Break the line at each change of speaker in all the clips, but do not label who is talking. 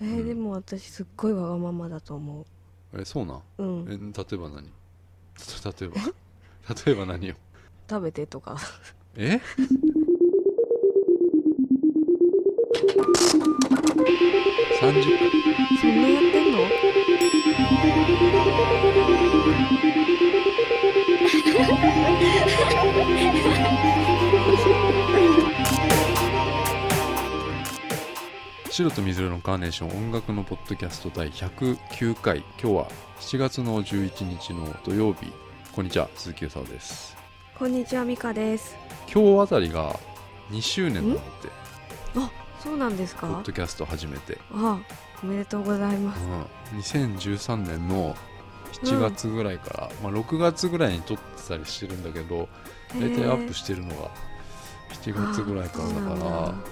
えーでも私すっごいわがままだと思
えそうなん
うう
え
ん
例えば何 た例えば例えば 何よ
食べてとか
え三十
そんなやってんの
白と水色のカーネーション音楽のポッドキャスト第109回今日は7月の11日の土曜日こんにちは鈴木うさおです
こんにちはみかです
今日あたりが2周年なんだって
あそうなんです
ポッ
か
ドキャスト始めて、
あおめでとうございます
うん、2013年の7月ぐらいから、まあ、6月ぐらいに撮ってたりしてるんだけど大体アップしてるのが7月ぐらいから
あー
だ
そう
か
な
ら
んだ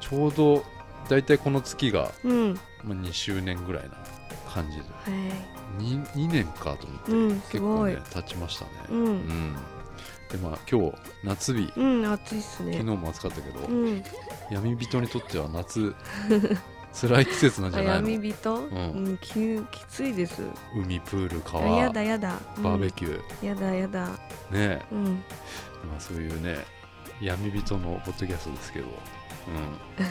ちょうど大体この月が、
へーうん
まあ、2周年ぐらいな感じで
はい
2, 2年かと思って、
うんす
結
ご
構
い
ね経ちましたね、
う
うんでまあ今日夏日
うん暑いっすね
昨日も暑かったけど、
うん
闇人にとっては夏辛い季節なんじ
あ
ゃないの
闇人うんんききついです
海プール
あ
川
やだやだ
バーベ
キ
キュ
ュ
ー、
ーやだやだ
ねえ
うん
まあ、そういうね闇人のポッドキャストですけど、うん ま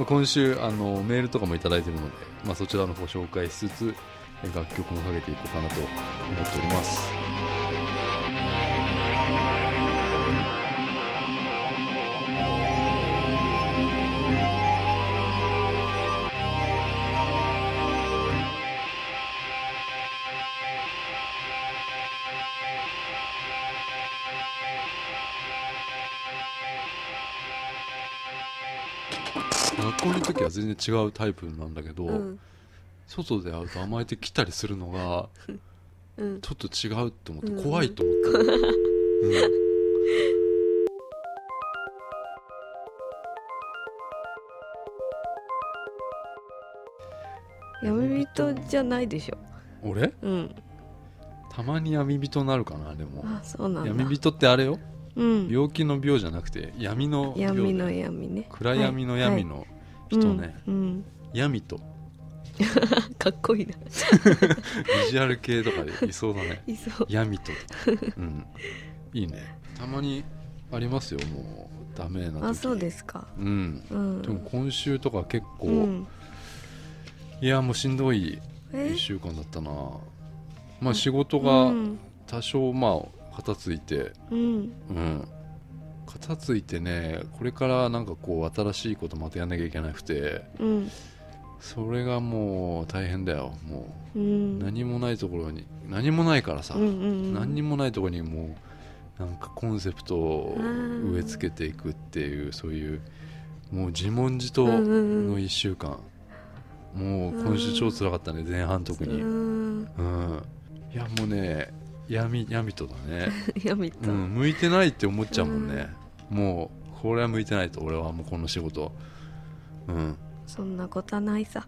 あ、今週あのメールとかもいただいてるので、まあ、そちらの方紹介しつつえ楽曲もかけていこうかなと思っております学校の時は全然違うタイプなんだけど、
うん
外で会うと甘えてきたりするのが
うん
ちょっと違うと思って
うん
怖いと思った、うん
闇人じゃないでしょ
俺
うん
たまに闇人になるかなでも
あそうなんだ
闇人ってあれよ
うん
病気の病じゃなくて闇の病だよ
闇の闇ね
暗闇の闇の
はい
人ね、
うんうん
闇と
かっこいいな
ビジュアル系とかでいそうだね
いそう
闇と、 うん、いいねたまにありますよもうダメな時
あそうですか
うん
うん
でも今週とか結構、
うん
いやもうしんどい
え
1週間だったなまあ仕事が
うん
多少まあ片付いて
うん
うん片付いてねこれからなんかこう新しいことまたやんなきゃいけなくて
うん
それがもう大変だよも
うん
う何もないところに何もないからさ、
うんうんうん
何にもないとこにもうなんかコンセプトを植え付けていくっていうそういうもう自問自答
うんうん
の
うん
1週間、もう今週超辛かったね前半特に、うん
うん
いやもうね闇闇とだね、
闇
う
と
ん、向いてないって思っちゃうもんね、もうこれは向いてないと俺はもうこの仕事うん
そんなことはないさ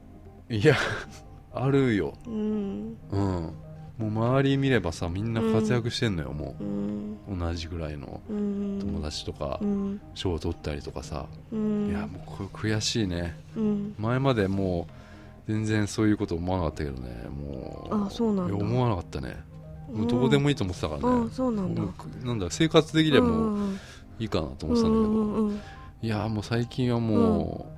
いや あるよ
うん
うんもう周り見ればさみんな活躍してんのよ、も
うん
う同じぐらいの
うん
友達とか
うん
賞を取ったりとかさ、
うん
いやもうこれ悔しいね
うん
前までもう全然そういうこと思わなかったけどねもう
あそうなんだ
いや思わなかったねもうどうでもいいと思ってたからね、
あそうなんだ
もうくなんだ生活できればもう
うん
いいかなと
うん
思ってたんだけど、
うんうん
いやもう最近はもう、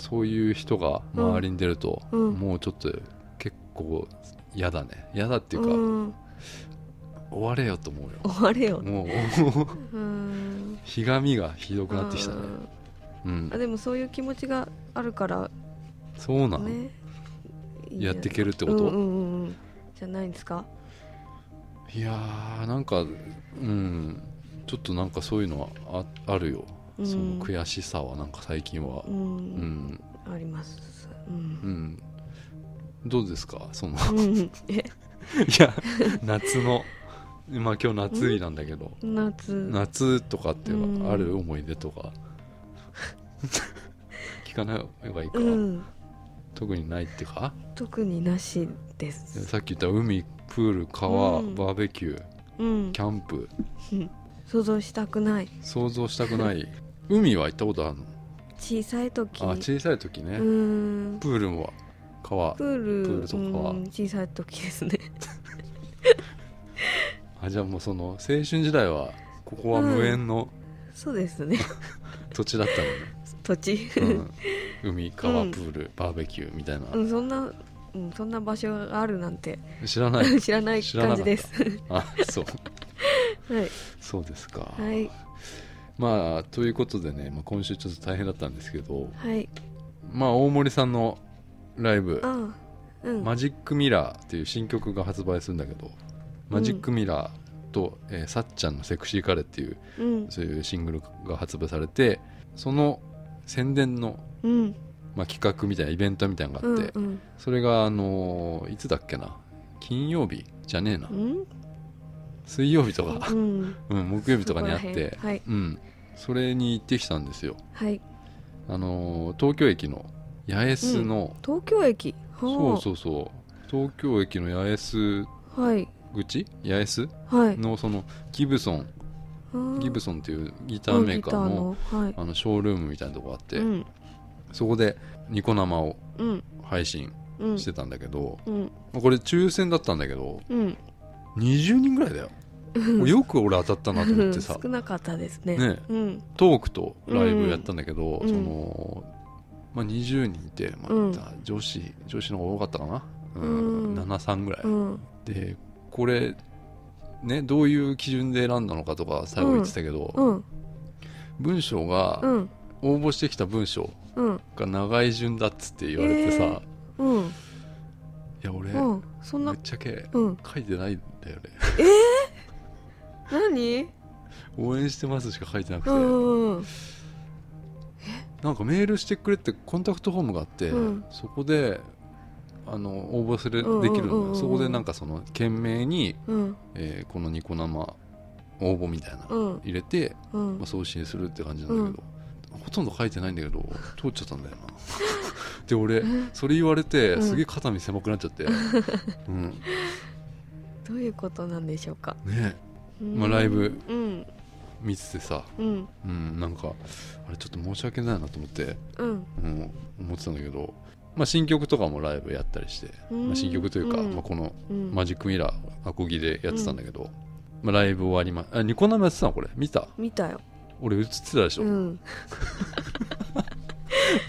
そういう人が周りに出ると、
うん
もうちょっと結構嫌だね嫌だっていうか、
うん
終われよと思うよ
終われよ
もう
うん
ひがみがひどくなってきたね
うん
うん
あでもそういう気持ちがあるから
そうなの、
ねいい
やっていけるって
じゃ
こ
ないうん
と、
うんうんうんじゃないんですか
いやーなんかうんちょっとなんかそういうのはああるよ、
うん
その悔しさはなんか最近は
う
うんん
ありますう
うんんどうですかその い
うんえ
や夏のまあ今日夏日なんだけど、
夏
夏とかっていうのはあ
う
る思い出と か聞かない方がいいか、
うん
特にないってか
特になしです
さっき言った海プール川、
うん
バーベキュー
うん
キャンプ
想像したくない
想像したくない海は行ったことあるの
小さい時
あ小さい時
う
ね、
ーん
プールも川
プール
プールとかは
うん小さい時ですね
あじゃあもうその青春時代はここは無縁の
そうですね
土地だった
土地、
のね、うん、海川
うん
プールバーベキューみたいな、
うん、そんな、うん、そんな場所があるなんて、
知らない
知らない
知らなか
感
った
じです。
あそう
はい、
そうですか、
はい、
まあということでね、まあ、今週ちょっと大変だったんですけど
はい、
まあ大森さんのライブ
ああ、う
「
ん、
マジックミラー」っていう新曲が発売するんだけど、マジックミラーと、えーさっちゃんの「セクシーカレー」っていう
うん、
そういうシングルが発売されてその宣伝の、
うん、
まあ、企画みたいなイベントみたいなのが
う
あ
ん
って、、
うん、
それがあのーいつだっけな金曜日じゃねえな
うん、
水曜日とか、
うん、
うん、木曜日とかにあっ
そこら
て
辺、はい
うん、それに行ってきたんですよ
はい、
あのー東京駅の八重洲の、
東京駅、
そう
う
そうそう東京駅の八重洲
そう、はい、
口八重洲
はい、
のそのギブソン、
うん
ギブソンっていうギターメーカーの,、
うんギターのはい、
あのショールームみたいなとこがあって、
うん、
そこでニコ生を
うん、
配信
うん
し、てたんだけど、
うん、
まあこれ抽選だったんだけど
うん、
20人ぐらいだよ
うん
よく俺当たったなと思ってさ
少なかったですね。
ね
うん、
トークとライブやったんだけど、
うん
その、まあ、20人いて、まあ
うん
女子女子の方が多かったかな、うん
うん
73ぐらい、
うん、
でこれねどういう基準で選んだのかとか最後言ってたけど、
うん、
文章が、
うん、
応募してきた文章
うん、
が長い順だっつって言われてさ、
うん、
いや俺、
うん、そん
ぶ
な
っ、ちゃけ
うん、
書いてないんだよね
何？
応援してますしか書いてなくて、
うん、うん、
なんかメールしてくれってコンタクトフォームがあって、
うん
そこであの応募する
うんうん
できるの
う
よ、
んうんうん
そこでなんかその懸命に、
うん、
えーこのニコ生応募みたいな、
うん
入れて、
うん
まあ、。送信するって感じなんだけど、ほとんど書いてないんだけど通っちゃったん だよなで俺それ言われて
うん
すげえ肩身狭くなっちゃって、うん
どういうことなんでしょうか。
ね
うん
まあライブ
うん
見ててさ、
うん
うん、なんかあれちょっと申し訳ないなと思って、
うん
うん、思ってたんだけど、まあ、新曲とかもライブやったりして、
うん
まあ、新曲というか、
うん
まあ、この
うん。
マジックミラーアコギでやってたんだけど、まあ、ライブ終わりまあニコ生やってたのこれ見た
見たよ。
俺映ってたでしょ、
うん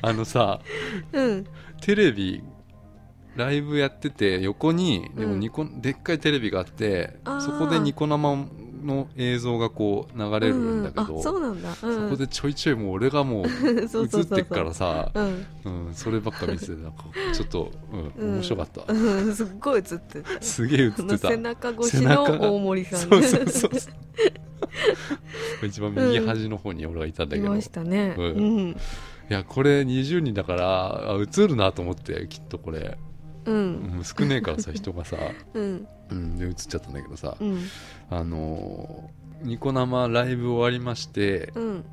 あのさ
うん
テレビライブやってて横に
うん
でもニコ、でっかいテレビがあって
あー
そこでニコ生の映像がこう流れるんだけど、
うんあ
そ
そうなんだ。うん
こでちょいちょいもう俺がもう映
そうそうそう
ってっからさ
うん
うん、そればっか見ててなんかちょっと、う、
うんん
面白かった、
うんすっごい映ってた。
すげえ映っ
あの
てた
背中越しの大森さん。
そうそうそうそう一番右端の方に俺がいたんだ
い
けど、
ま
い
したね。
う
うんん
やこれ20人だからあ映るなと思ってきっとこれ、
う
うんん、少ねえからさ人がさ、
うん
うん、で映っちゃったんだけどさ、
うん
あのーニコ生ライブ終わりまして
うん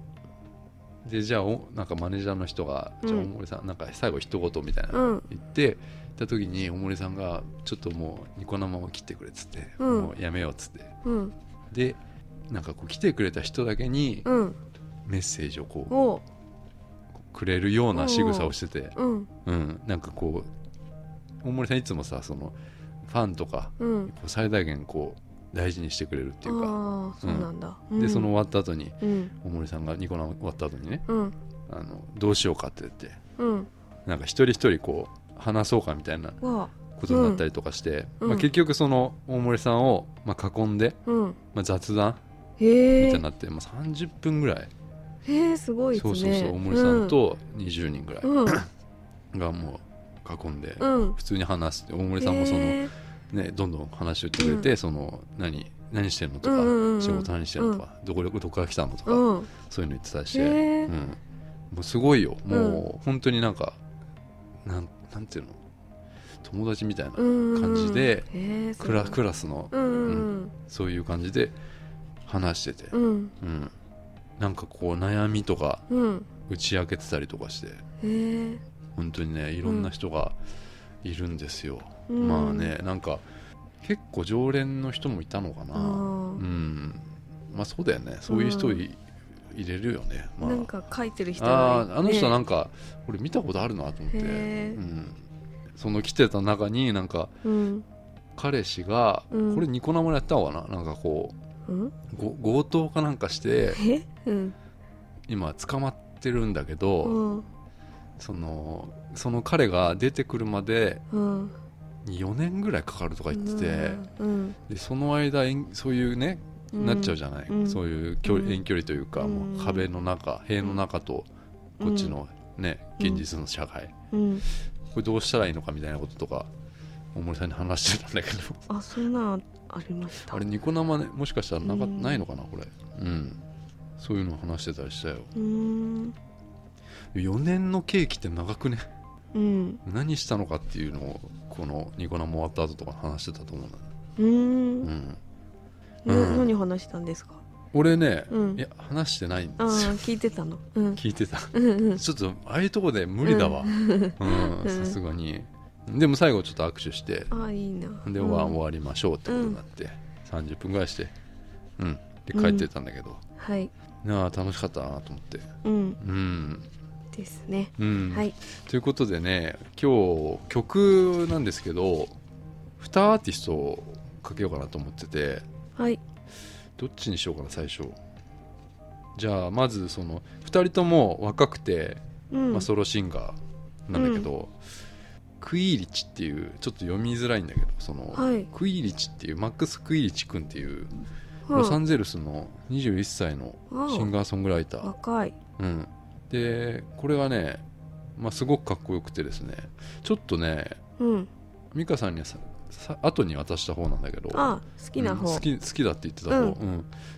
でじゃあおなんかマネージャーの人が「
うん
じゃあ大森さんなんか最後一言みたいな
う
の
ん
言って、行った時に大森さんが「ちょっともうニコ生を切ってくれ」っつって、
うん
もうやめよう」っつって
うん
でなんかこう来てくれた人だけに
うん
メッセージをこう
お
くれるような仕草をしてて、
うん
うん、なんかこう大森さんいつもさそのファンとか
うん
こう最大限こう大事にしてくれるっていうか、
ああそうなんだ。う
で
ん
その終わった後に
うん
大森さんがニコ生終わった後にね
うん
あのどうしようかって言って
うん
なんか一人一人こう話そうかみたいな
わあ
ことになったりとかして、
うん
まあ、
うん
結局その大森さんをまあ囲んで、
うん
まあ、雑談み
へ
た
え
いになって、まあ、30分ぐらい
へえすごいです
そ
ね。
うそうそう大森さんと20人ぐらい
うんうん
がもう囲んで
うん。
普通に話して大森さんもその、
へー
ね、どんどん話をしてくれて、その何何してんのとか、
うんうんうん
仕事何してんのとか、どこどこから来たのとか、
うん。
そういうの言ってたりして、
へー
うん、もうすごいよもう本当になんかなんなんていうの友達みたいな、
うんうん
感じで、
へー
クラ
そう
クラスの
うんうん
そういう感じで話してて、
うんうん
うんなんかこう悩みとか
うん
打ち明けてたりとかして
へー
本当にねいろんな人がいるんですよ、
うん
まあねなんか結構常連の人もいたのかな、
あー
うんまあそうだよねそういう人い,、入れるよね、まあ、
なんか書いてる人
あーあの人なんんか、俺見たことあるなと思って、
へー
うん、その来てた中になんか
うん
彼氏が、
うん
これニコ生でやったのかななんかこ
うん
うご強盗かなんかして
えうん
今捕まってるんだけど、
うん
そのその彼が出てくるまで
うん
4年ぐらいかかるとか言ってて、
うん
でその間遠そういうね、
うん
なっちゃうじゃない、
うん
そういう距
う
離
ん
遠距離というか、もう壁の中塀の中とこっちのね、
うん
現実の社会、
うん
これどうしたらいいのかみたいなこととか大森さんに話してたんだけど
あそんなんありました
あれニコ生ねもしかしたらなか
うん
ないのかなこれうんそういうの話してたりしたよ
うーん
4年のケーキって長くね
うん
何したのかっていうのをこのニコ生終わった後とか話してたと思うんだね
うーん
う
なん
うん
何話したんですか
俺ね、
うん
いや話してないん
ああ
ですよ
聞いてたのうん
聞いてた
うんうん
ちょっとああいうとこで無理だわうん
うん
さすがにでも最後ちょっと握手して
ああいいな
で、
うん
終わ終わりましょうってことになって、30分ぐらいしてうんで帰ってったんだけど、
はい
なあ楽しかったなと思って
うん
うん
ですね
うん、
はい
ということでね今日曲なんですけど2アーティストをかけようかなと思ってて
はい
どっちにしようかな最初じゃあまずその2人とも若くて、
うん
まあ、ソロシンガーなんだけど、クイーリチっていうちょっと読みづらいんだけどその、
はい
クイーリチっていうマックス・クイーリチ君っていう
はあ
ロサンゼルスの21歳の
ああ
シンガーソングライター、
若い
うん、でこれがね、まあ、すごくかっこよくてですねちょっとね
うん
美香さんにはささ後に渡した方なんだけど
ああ好きな
うん
方
好き好きだって言ってた方、
うん
うんだか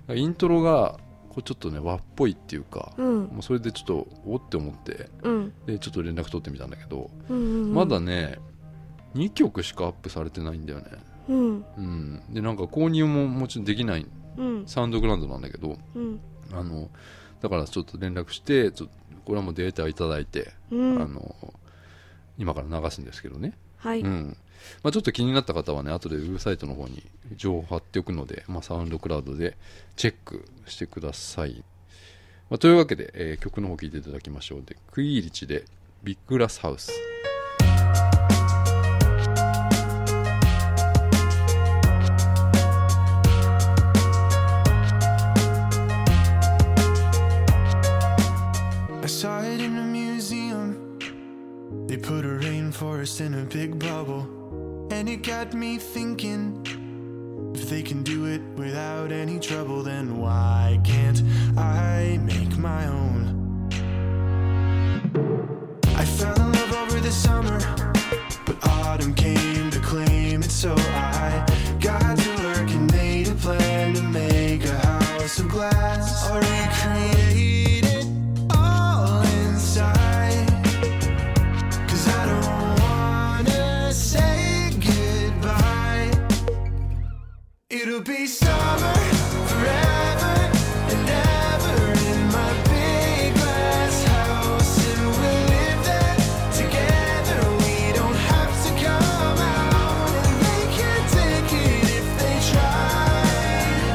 らイントロがこうちょっとね和っぽいっていうか、
うん
もうそれでちょっとおって思って
うん
でちょっと連絡取ってみたんだけど、
うんうん
まだね2曲しかアップされてないんだよね、
うん
うん、でなんか購入ももちろんできない
うん
サウンドグラウンドなんだけど
うん
あのだからちょっと連絡してちょっとこれはもうデータをいただいて、
うん
あの今から流すんですけどね、
はい
うんまあ、ちょっと気になった方はね後でウェブサイトの方に情報貼っておくので、まあ、サウンドクラウドでチェックしてください、まあ、というわけで、えー曲の方聴いていただきましょうでクイーリチでビッグラスハウス
I saw it in a museum. They put a rainforest in a big bubble. And it got me thinking if they can do it without any trouble, then why can't I make my own? I fell in love over the summer, but autumn came to claim it, so I got to work and made a plan to make a house of glass. I recreated all inside. Cause I don't wanna say goodbye. It'll be summer forever and ever in my big glass house. And we'll live that together. We don't have to come out. And they can't take it if they try.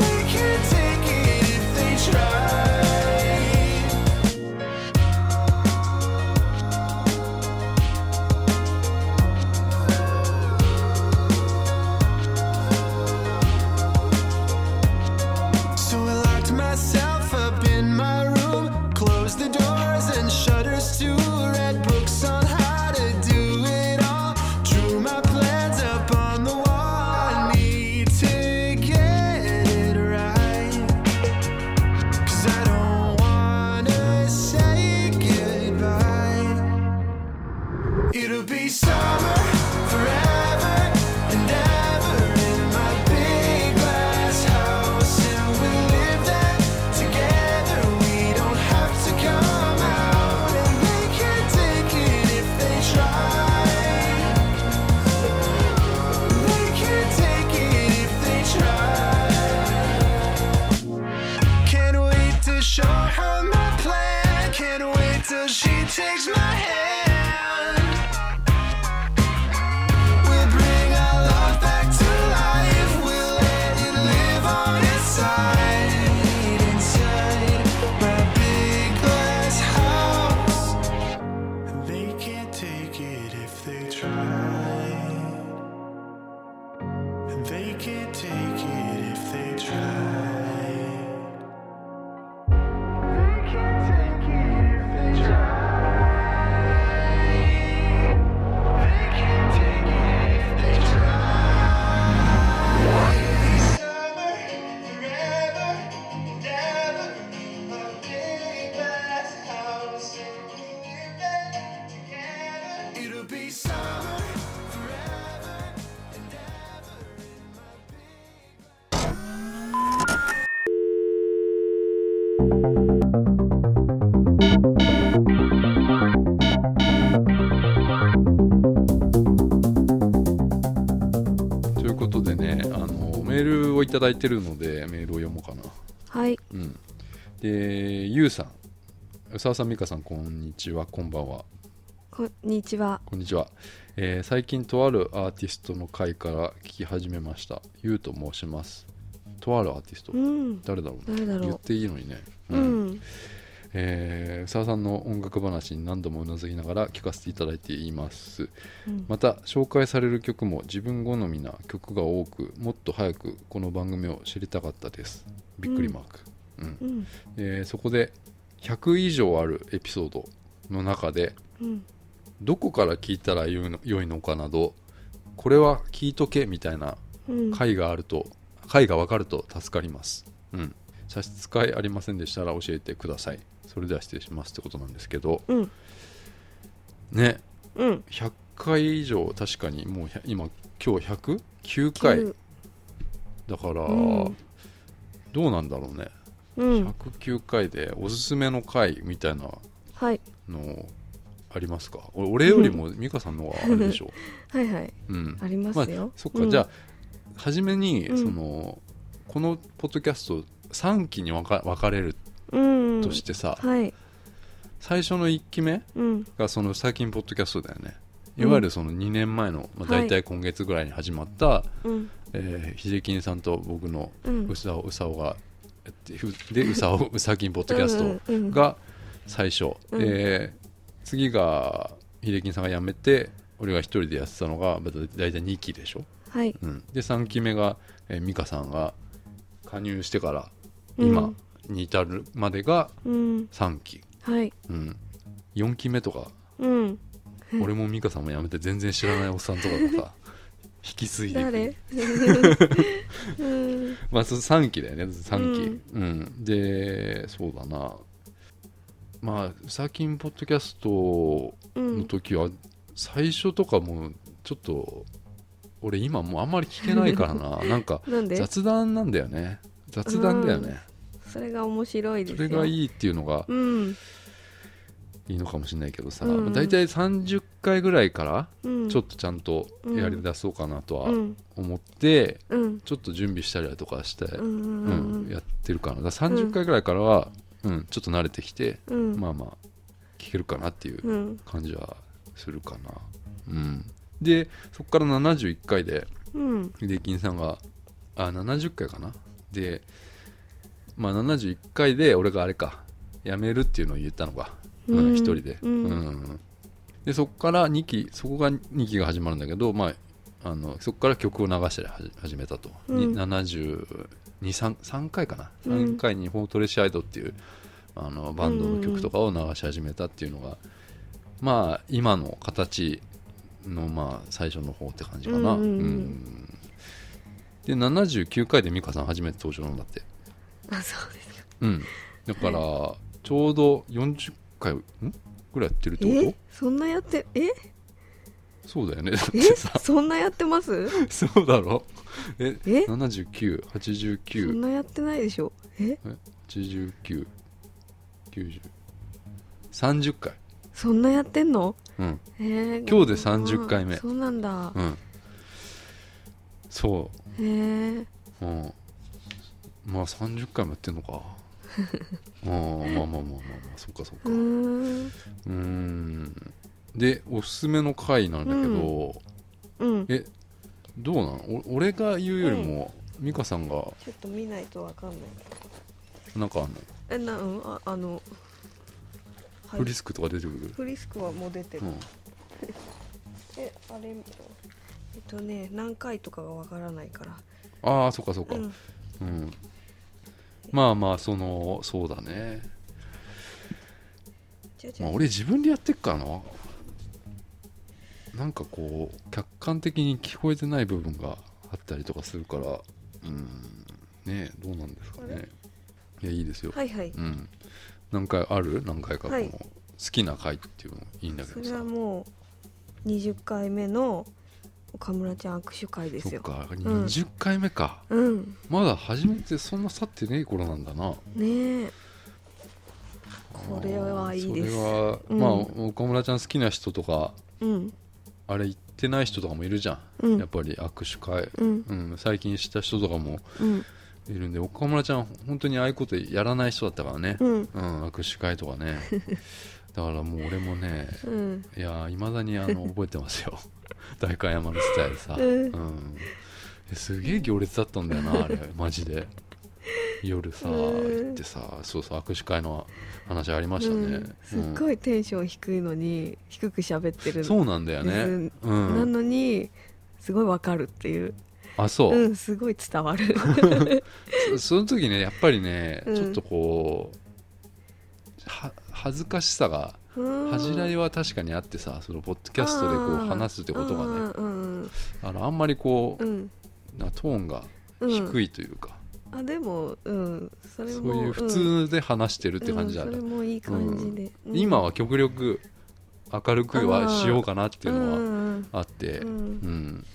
They can't take it if they try. So I locked myself up in my room, closed the doors and shutters too. Read books on how to do it all, drew my plans up on the wall. I need to get it right. Cause I don't wanna say goodbye. It'll be summer forever and ever in my big glass house, and we'll live that together. We don't have to come out, and they can't take it if they try. They can't take it if they try. Can't wait to show her my plan. Can't wait till she takes my hand. We'll bring our love back to life. We'll let it live on inside.
ということでねあのメールをいただいてるのでメールを読もうかな
はい
うんでゆうさん宇沢さん美香さんこんにちはこんばんは
こんにちは
こんにちは、えー最近とあるアーティストの会から聞き始めましたゆうと申しますとあるアーティスト
うん
誰だろうね
誰だ
言っ
ろ
ていいのにね
ううん
えー、澤さんの音楽話に何度もうなずきながら聞かせていただいています
うん
また紹介される曲も自分好みな曲が多くもっと早くこの番組を知りたかったですびっくりマーク、うん
うん
えーそこで100以上あるエピソードの中で
うん
どこから聞いたらよいの良いのかなどこれは聞いとけみたいな
うん
回があると回が分かると助かります、うん、差し支えありませんでしたら教えてくださいそれでは失礼しますってことなんですけど
うん
ね
うん
100回以上確かにもう100今今日109回
九
だから、
うん
どうなんだろうね
うん
109回でおすすめの回みたいな
はい
のありますかお俺よりも美香さんの方があれでしょ、
はいはい
うん、
ありますよ
そっか、じゃあ初めに、
うん
そのこのポッドキャスト3期に分か分かれる
うん
としてさ、
はい
最初の1期目
うん
がその最近ポッドキャストだよね
うん
いわゆるその2年前の、まあ、
はい
大体今月ぐらいに始まった、
うん
えー、秀樹さんと僕の
うん
うさおうさおがやってふでうさおうさきんポッドキャスト
うんうん
が最初、
うん
えー次が秀樹さんが辞めて俺が一人でやってたのがまた大体2期でしょ、
はい
うん、で3期目が、えー、美香さんが加入してから
うん
今に至るまでが
うん
3期、
はい
うん、4期目とか
うん
俺も美香さんも辞めて全然知らないおっさんとかが さ引き継いでいく
誰 うん
まあ、そ3期だよね3期、
うん
うんでそうだなまあ「ウサキンポッドキャスト」
う
の
ん
時は最初とかもちょっと俺今もうあんまり聞けないか らななんか
なんで
雑談なんだよね雑談だよね
それが面白いで
そ
すよ
れがいいっていうのが
うん
いいのかもしれないけどさ、
うん
大体30回ぐらいから
うん
ちょっとちゃんとやりだそうかなと
う
は
ん
思って、
うん
ちょっと準備したりだとかして、
うんうんう
うん
ん
やってるかなだから30回ぐらいからは、うんちょっと慣れてきて、
うん
まあまあ聞けるかなっていう
うん
感じはするかな、うん、でそこから71回で
うん
秀金さんがあ70回かなで、まあ、71回で俺があれか辞めるっていうのを言ったのか、うん
うん
一人で,、
うん
でそこから2期そこが2期が始まるんだけど、まあ、あのそこから曲を流したり始始めたと、
うん
に723 3回かな
うん
3回に「フォートレシアイド」っていうあのバンドの曲とかを流し始めたっていうのが、まあ今の形のまあ最初の方って感じかな、
うんうんうん
うんで79回で美香さん初めて登場なんだって
あそうですか
うんだからちょうど40回んぐらいやってるってこ
そんなやってえ
とそうだよね
えそんなやってます
そうだろえ
えそん
7989
なやってないでしょえ
89 90 30回
そんなやってんの
うん
えー、
今日で30回目
そうなんだ
うんそう
へえ
うん、まあ30回もやってん のかうんまあまあまあまあまあそっかそっか
う
うん
ーん
ーんでおすすめの回なんだけど、
うん
えどうなのお俺が言うよりも、美香さんが
ちょっと見ないとわかんない
なんかあんの、
えなうんああの、はい
フリスクとか出てくる、
フリスクはもう出てる、
うん、
えあれえっとね何回とかがわからないから
ああそっかそっか、
うん
うん、まあまあそのそうだね
じゃじ
ま
ゃ
あ、俺自分でやってっからななんかこう客観的に聞こえてない部分があったりとかするからうんねえどうなんですか
あ
ねいやいいですよ、
はいはい
うん何回ある何回かこの、
はい
好きな回っていうのいいんだけ
そ
ど
れ
さ
はもう20回目の岡村ちゃん握手会です
そっ
よ
か20回目か、
うん
まだ初めてそんな去ってねえ頃なんだな
ねえそれはいいです
それは、
うん
まあ岡村ちゃん好きな人とか
うん
あれ行ってない人とかもいるじゃん、
うん
やっぱり握手会、
うん
うん、最近知った人とかも
うん
いるんで岡村ちゃん本当にああいうことやらない人だったからね、
うん
うん握手会と かねだからもう俺もね
うん
いやいまだに あの覚えてますよ 代官山のスタイルさ、
うん
うんすげえ行列だったんだよなあれマジで夜さ
うん
行ってさそうそう握手会の話ありましたね、
うんすっごいテンション低いのに低く喋って
うん
る
そうなんだよね、う、
なんのにすごいわかるっていう
あそう、
うんすごい伝わる
そその時ねやっぱりね、
うん
ちょっとこうは恥ずかしさが恥じらいは確かにあってさそのポッドキャストでこう話すってことがね
ね
あのあんまりこう
う、ん
なトーンが
うん
低いというか、
あでもうんそれ
そ
も
ういう普
っ
通で話してるって感じだね、
それもいい感じでうん
今は極力明るくはしようかなっていう
うん
のは
うん
あって、
うん
うん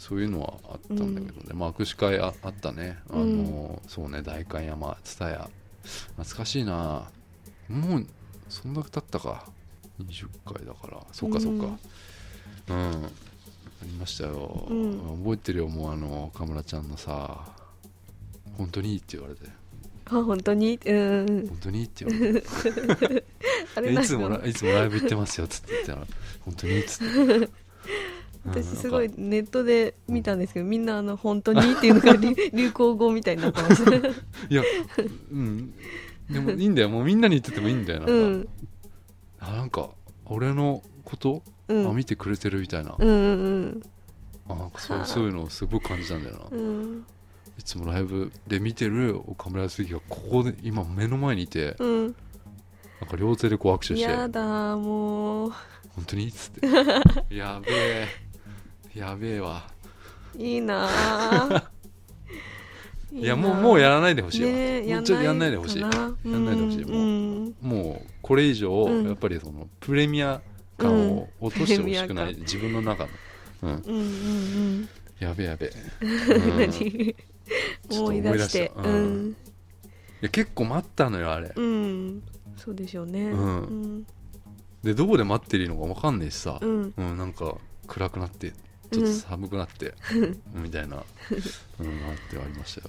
そういうのはあったんだけどね、まあ握手会ああったねあの、そうね代官山蔦屋懐かしいなもうそんな経ったか20回だからそっかそっかうん、ありましたよ、
うん
覚えてるよもうあの岡村ちゃんのさ本当にいいって言われて
あ本当にうん
本当にいいって言われて
あ
え
れ
い
なん
つも
から
いつもライブ行ってますよっつって言ったら本当にっつってうん
私すごい
なんか
ネットで見たんですけどみんなあの本当にっていうの が流流行語みたいになってました
いやうんでもいいんだよもうみんなに言っててもいいんだよなんか、
うん
あなんか俺のこと、
うん
あ見てくれてるみたいな,、
うんうん
あなんかそうそういうのをすごい感じたんだよな、
うんうん
いつもライブで見てる岡村康之がここで今目の前にいて
うん
なんか両手でこう握手して
やだもう
本当にっつって やべえやべえわ
いいなあ
いやもうもうや
ら
らないでほしいわ、
ねえ
もうちょっとやんないで
か
ほしい
や
んないでほしいもうもうこれ以上
うん
やっぱりそのプレミア感を落としてほしくな
プレミア
い、
感
自分の中の、うん、
うんうん
やべや べ、
う
うん
ん
い
何思い出して
ちょっと
う
思い出
ん
や結構待ったのよあれ
うんそうでしょうね
うん
うん
でどこで待ってるのか分かんないしさ、
う
う
ん
んなんか暗くなってちょっと寒くなって、みたいな、うん、あってはありましたよ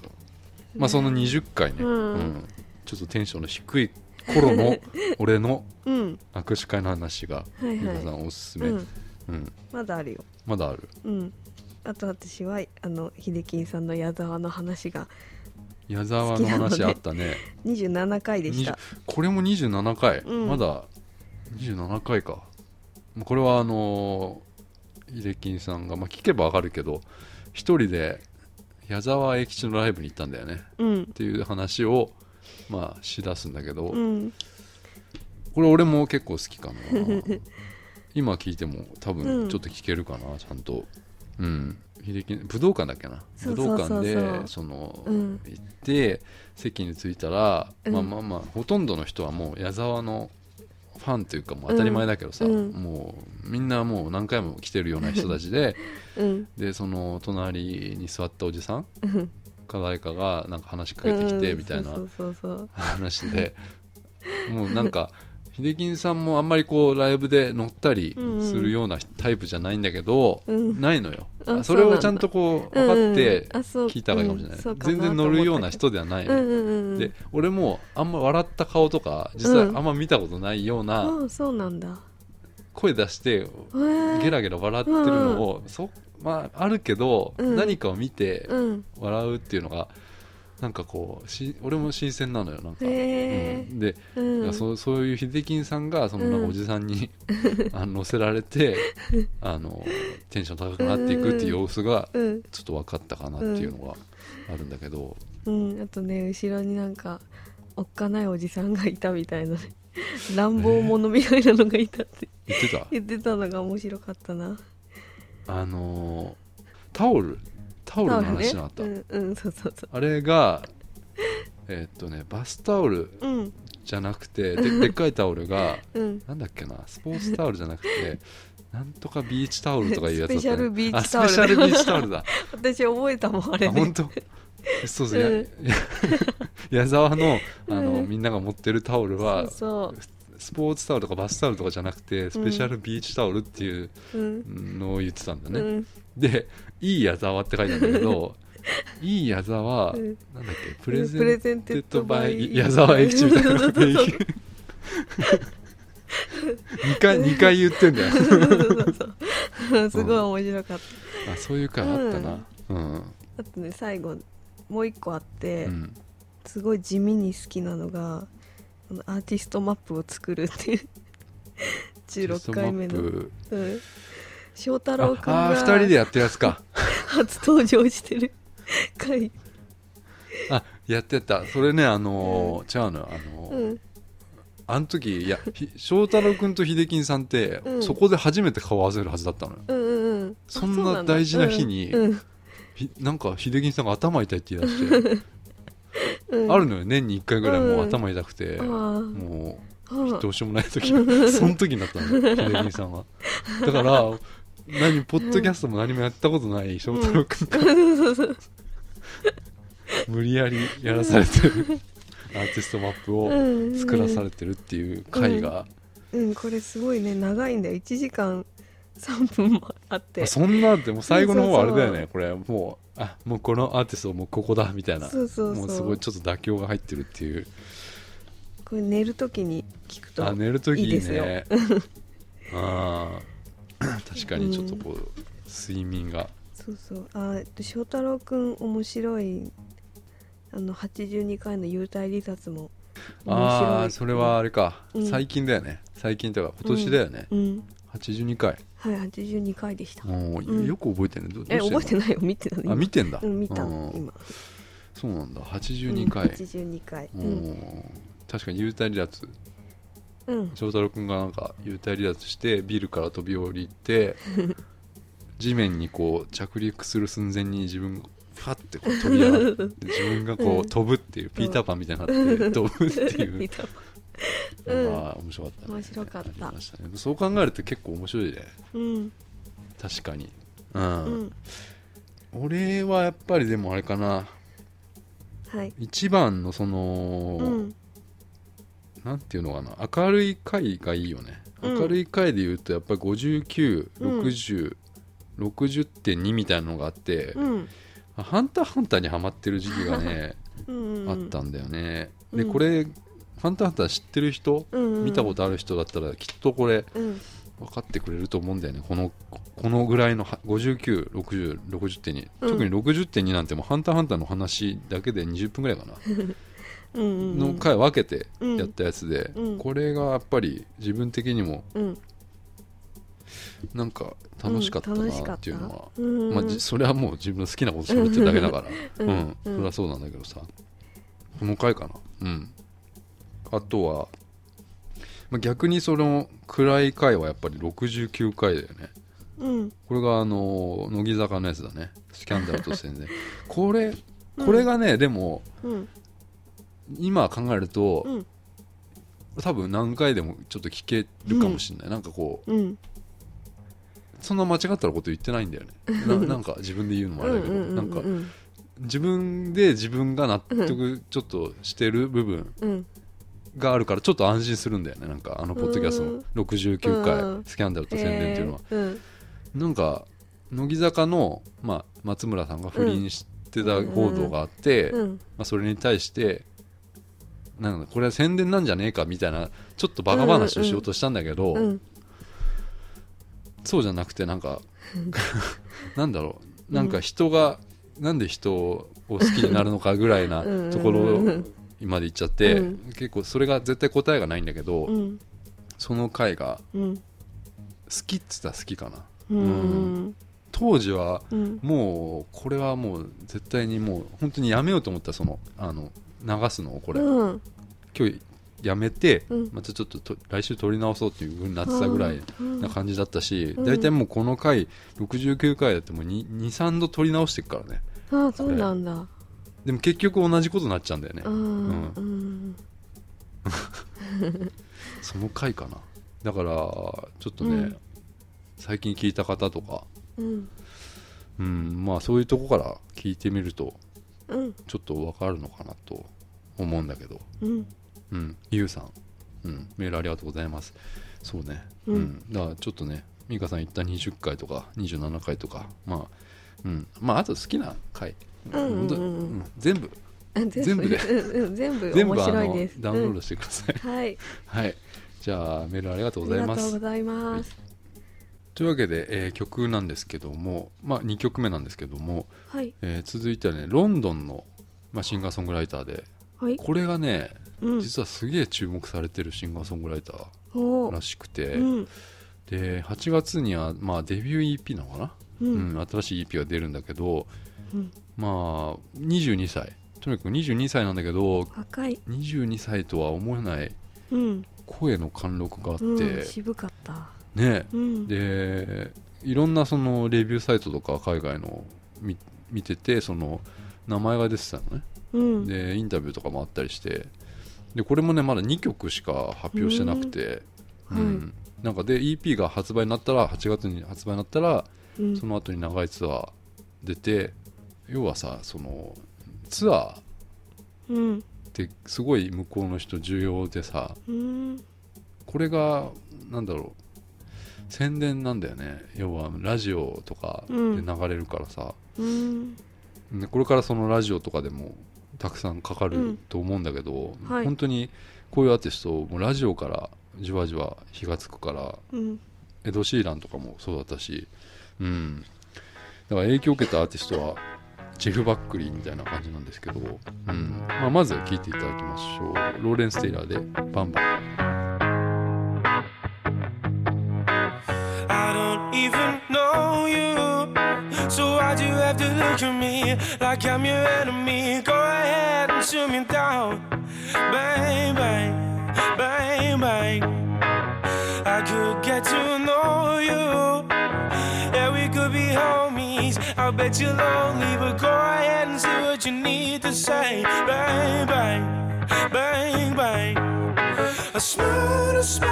まあその20回ね、
うん
うんちょっとテンションの低い頃の俺の
うん
握手会の話が
いはい
皆さんおすすめ、
うん
うん、
まだあるよ
まだある
うんあと私はあの秀樹さんの矢沢の話が
矢沢の
好き
話
なのね
あったね
27回でした
20これも27回、
うん
まだ27回かまあこれはあのー、秀樹さんが、まあ、聞けばわかるけど一人で矢沢永吉のライブに行ったんだよね
うん
っていう話をまあしだすんだけど、
うん
これ俺も結構好きかな 今聞いても多分ちょっと聞けるかな、ちゃんとうん秀樹武道館だっけな
そう
武道館で
そうそうそう
その、
うん
行って席に着いたら、
うん
まあまあまあほとんどの人はもう矢沢のファンというかもう当たり前だけどさ、
うんうん
もうみんなもう何回も来てるような人た ちで
うん
でその隣に座ったおじさん
うん
か誰かがなんか話しかけてきてみたいな
うんそうそうそう
話でもうなんか秀樹さんもあんまりこうライブで乗ったり
うんうん
するようなタイプじゃないんだけど、
うん
ないのよ
あ
あそれ
そう
を
なんだ
ちゃんとこう
うん
分
うん
かって
あそう
聞いた方がいいかもしれない、
うんそうかな
全然乗るような人ではない
う
の
んうんうんうん
で俺もあんま笑った顔とか実はあんま見たことないような、
うんそうなんだ
声出して
へー
ゲラゲラ笑ってるのを、そまあ、あるけど、
うん
何かを見て
うん
笑うっていうのがなんかこうし俺も新鮮なのよなんか、
へー
うんで
うん
そうそういう秀樹さんがそのなんか
うん
おじさん に、あの乗せられてあのテンション高くなっていくっていう様子が
うん
ちょっと分かったかなっていうのがあるんだけど、
うん、あとね後ろになんかおっかないおじさんがいたみたいなね乱暴者みたいなのがいたって
言ってた
言ってたのが面白かったな
あのタオルタオルの話なかった、
タオルねうん、うん、そうそうそ
あれがえーっとねバスタオル
ううん
じゃなく てででっかいタオルが
うん
なんだっけなスポーツタオルじゃなくてなんとかビーチタオルとかいうやつだった、ね、
スペシャルビーチタオ
あ
ル
スペシャルビーチタオルだ
私覚えたもんあれ
あ本
ね
当 そうそう、やや 矢沢のあの、
うん
みんなが持ってるタオル
そ
は
うそ
スポーツタオルとかバスタオルとかじゃなくてスペシャルビーチタオルっていう
ううん
のを言ってたんだ
う
ね、
ん
で「いい矢沢」って書いてあるんだけ どいい矢沢、
うん
なんだっけプレ
プレ
ゼ
ゼン
ンテ
テ
ッ
ッ
ド
ド
バ
バ
イ
イ
矢沢駅長みたいなことで2回二回言ってんだよ
すごい面白かった
あそういう回あったなうん
あとね最後もう一個あって、
うん
すごい地味に好きなのがこのアーティストマップを作るっていう16回目の、
テ
う
ストマップ
ん、翔太
あ
郎くん
あ2人で
が
やってるやつか
初登場してる回、
あやってたそれねあのー違うのよあのー
うん、
あの時いやひ翔太郎君と秀樹さんって、
うん
そこで初めて顔を合わせるはずだったのよ
うんうんうんあ
そんな
うだ
大事な日に
うん
ひなんか秀樹さんが頭痛いって言い出し
う
て
んうん
あるのよ年に1回ぐらいもううん頭痛くて、
ああ
も
は
う
あ
どうしようも ない時その時になったのよ秀樹さんはだから何ポッドキャストも何もやったことない翔太郎君が、無理やりやらされて るアーティストマップを
うん
作らされてるっていう回が、
うんこれすごいね長いんだよ1時間3分もあって
あそんなってもう最後の方はあ
そうそ
れ
うそう
だよねこれもうあもうこのアーティストもうここだみたいな
そうそうそう
もうすごいちょっと妥協が入ってるっていう
これ寝るときに聞くと
あ寝るときいい
いいですよ
ね あー確かにちょっとこう、睡眠が
そうそうあえっと翔太郎くん面白いあの82回の幽体離脱も面白い
ああそれはあれか、
うん
最近だよね最近とか今年だよね、
うん
82回
はい82回でした
もう、
うん
よく覚えてるねどどう
え覚えて
ない
ないよ見てたの
あ見てんだ、
うん見た
うん
今
そうなんだ82回、
うん82回う
うん確かに幽体離脱
うん
翔太郎くんがなんか幽体離脱してビルから飛び降 りて地面にこう着陸する寸前に自分がファッてこ う飛び上がって自分がこ
う
うん飛ぶっていうピーターパンみたいになって飛ぶってい
見
う
た
の
うん
が面白かったね
面白かった
ありましたねそう考えると結構面白いね
うん
確かにうん、
うん
俺はやっぱりでもあれかな
はい
一番のその、
うん
なんていうのかな明るい回がいいよね
うん
明るい回で言うとやっぱり
うん
596060.2、60.2みたいなのがあって、
うん
ハンターハンターにはまってる時期がね、
うん
あったんだよね
うん
でこれハンターハンター知ってる人、見たこととある人だったらきっとこれ
うん
分かってくれると思うんだよねこのこのぐらいの596060.2、
うん
特に60.2なんてもう「ハンターハンター」の話だけで20分ぐらいかな
うんうん
の回分けてやったやつで、
うん
これがやっぱり自分的にも
うん
なんか楽しかった
うん楽し
な
か
っていうのは、
うんうん
まあ、じそれはもう自分の好きなこと喋ってるだけだからう、
うんんう
そ
ん
れはそうなんだけどさこの回かなうんあとは、まあ、逆にその暗い回はやっぱり69回だよね
うん
これがあの乃木坂のやつだねスキャンダルと宣伝 これこれがね、でも
うん
今考えると、
うん
多分何回でもちょっと聞けるかもしれない、なんかこう
うん
そんな間違ったこと言ってないんだよね ななんか自分で言うのもあれだけど、
うんうん
な
うん
か
ん
自分で自分が納得ちょっとしてる部分
うん
があるからちょっと安心するんだよねなんかあのポッドキャスト
う
の
ん
69回、
うん
スキャンダルと宣伝っていうのは、
えー
なんか乃木坂の、まあ、松村さんが不倫してた報道があって、
うんうん
まあ、それに対してなんかこれは宣伝なんじゃねえかみたいなちょっとバカ話をしようとしたんだけど、
うん
そうじゃなくてな んかなんだろうなんか人が、なんで人を好きになるのかぐらいな
うん
ところ
う
を
ん
今で言っちゃって、
うん
結構それが絶対答えがないんだけど、
うん
その回が
うん
好きっつったら好きかな
うんうん
当時は
うん
もうこれはもう絶対にもう本当にやめようと思ったそのあの流すのをこれ、
うん
今日やめて、
うん
またちょっとと来週撮り直そうっていう風になってたぐらい
うん
な感じだったし、
うん
大体もうこの回69回だってもう23度撮り直してくからね
ああそうなんだ
でも結局同じことになっちゃうんだよね
うんうん
その回かなだからちょっとね、
うん
最近聞いた方とか、
うん
うん、まあそういうとこから聞いてみると
うん
ちょっと分かるのかなと思うんだけど
うん
うん、ゆうさん、うん、メールありがとうございます。そうね、
うん
だからちょっとね、美香さん、一旦20回とか27回とか、まあ、うん、まあ、あと好きな回、
うんうんうん
本当にん全部、
あ
全部で
うんうん全部
全
面
部あ
白い
の
です
ダウンロードしてください。
うんはい
はい、じゃあ、メールありがとう
あ
ご
り
ざい
が
ま
とう
す
ご。ざいます
というわけで、えー曲なんですけども、まあ、2曲目なんですけども、
はい
えー続いてはね、ロンドンの、まあ、シンガーソングライターで、
はい
これがね、
うん
実はすげえ注目されてるシンガーソングライタ
お
ー
ー
らしくて、
うん
で8月には、まあ、デビュー EP なのかな、
う
うん
ん
新しい EP が出るんだけど、
うん
まあ22歳とにかく22歳なんだけど
若い
22歳とは思えない
うん
声の貫禄があって、
うん渋かった
ね
うん
でいろんなそのレビューサイトとか海外の見見ててその名前が出てたのね、
うん
でインタビューとかもあったりしてでこれもねまだ2曲しか発表してなくて、
うん
うんなんかで EP が発売になったら8月に発売になったら
うん
その後に長いツアー出て要はさそのツアーっ
うん
てすごい向こうの人重要でさ
うん
これがなんだろう宣伝なんだよね要はラジオとかで
うん
流れるからさ、
うん
でこれからそのラジオとかでもたくさんかか
うん
ると思うんだけど、
はい
本当にこういうアーティストもうラジオからじわじわ火がつくから
うん
エド・シーランとかもそうだったし、うん、だから影響を受けたアーティストはジェフ・バックリーみたいな感じなんですけど、うんまあ、まずは聴いていただきましょうローレンス・テイラーで「バンバン
I don't even know you. So why'd you have to look at me like I'm your enemy? Go ahead and shoot me down. Bang, bang, bang, bang. I could get to know you. Yeah, we could be homies. I bet you're lonely, but go ahead and say what you need to say. Bang, bang, bang, bang. I smell the smoke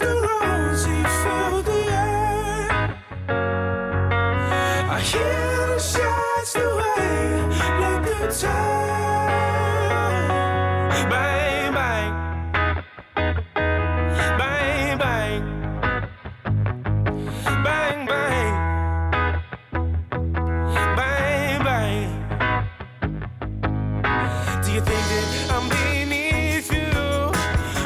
around you fill the air. I hear the shots the way let the time bang bang bang bang bang bang bang bang. Do you think that I'm beneath you?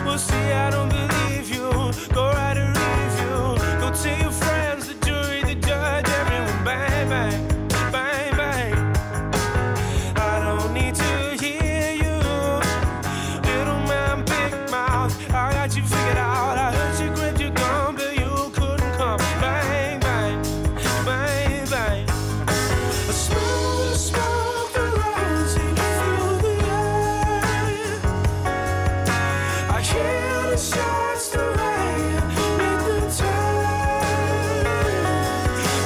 Well, see, I don't believe you. Go write a review. Go tell your friends, the jury, the judge, everyone. Bang, bang, bang, bang. I don't need to hear you. Little man, big mouth. I got you figured out. I heard you gripped your gun, but you couldn't come. Bang, bang, bang, bang. I smell the smoke that rises through the air. I hear the shots that rain at the time.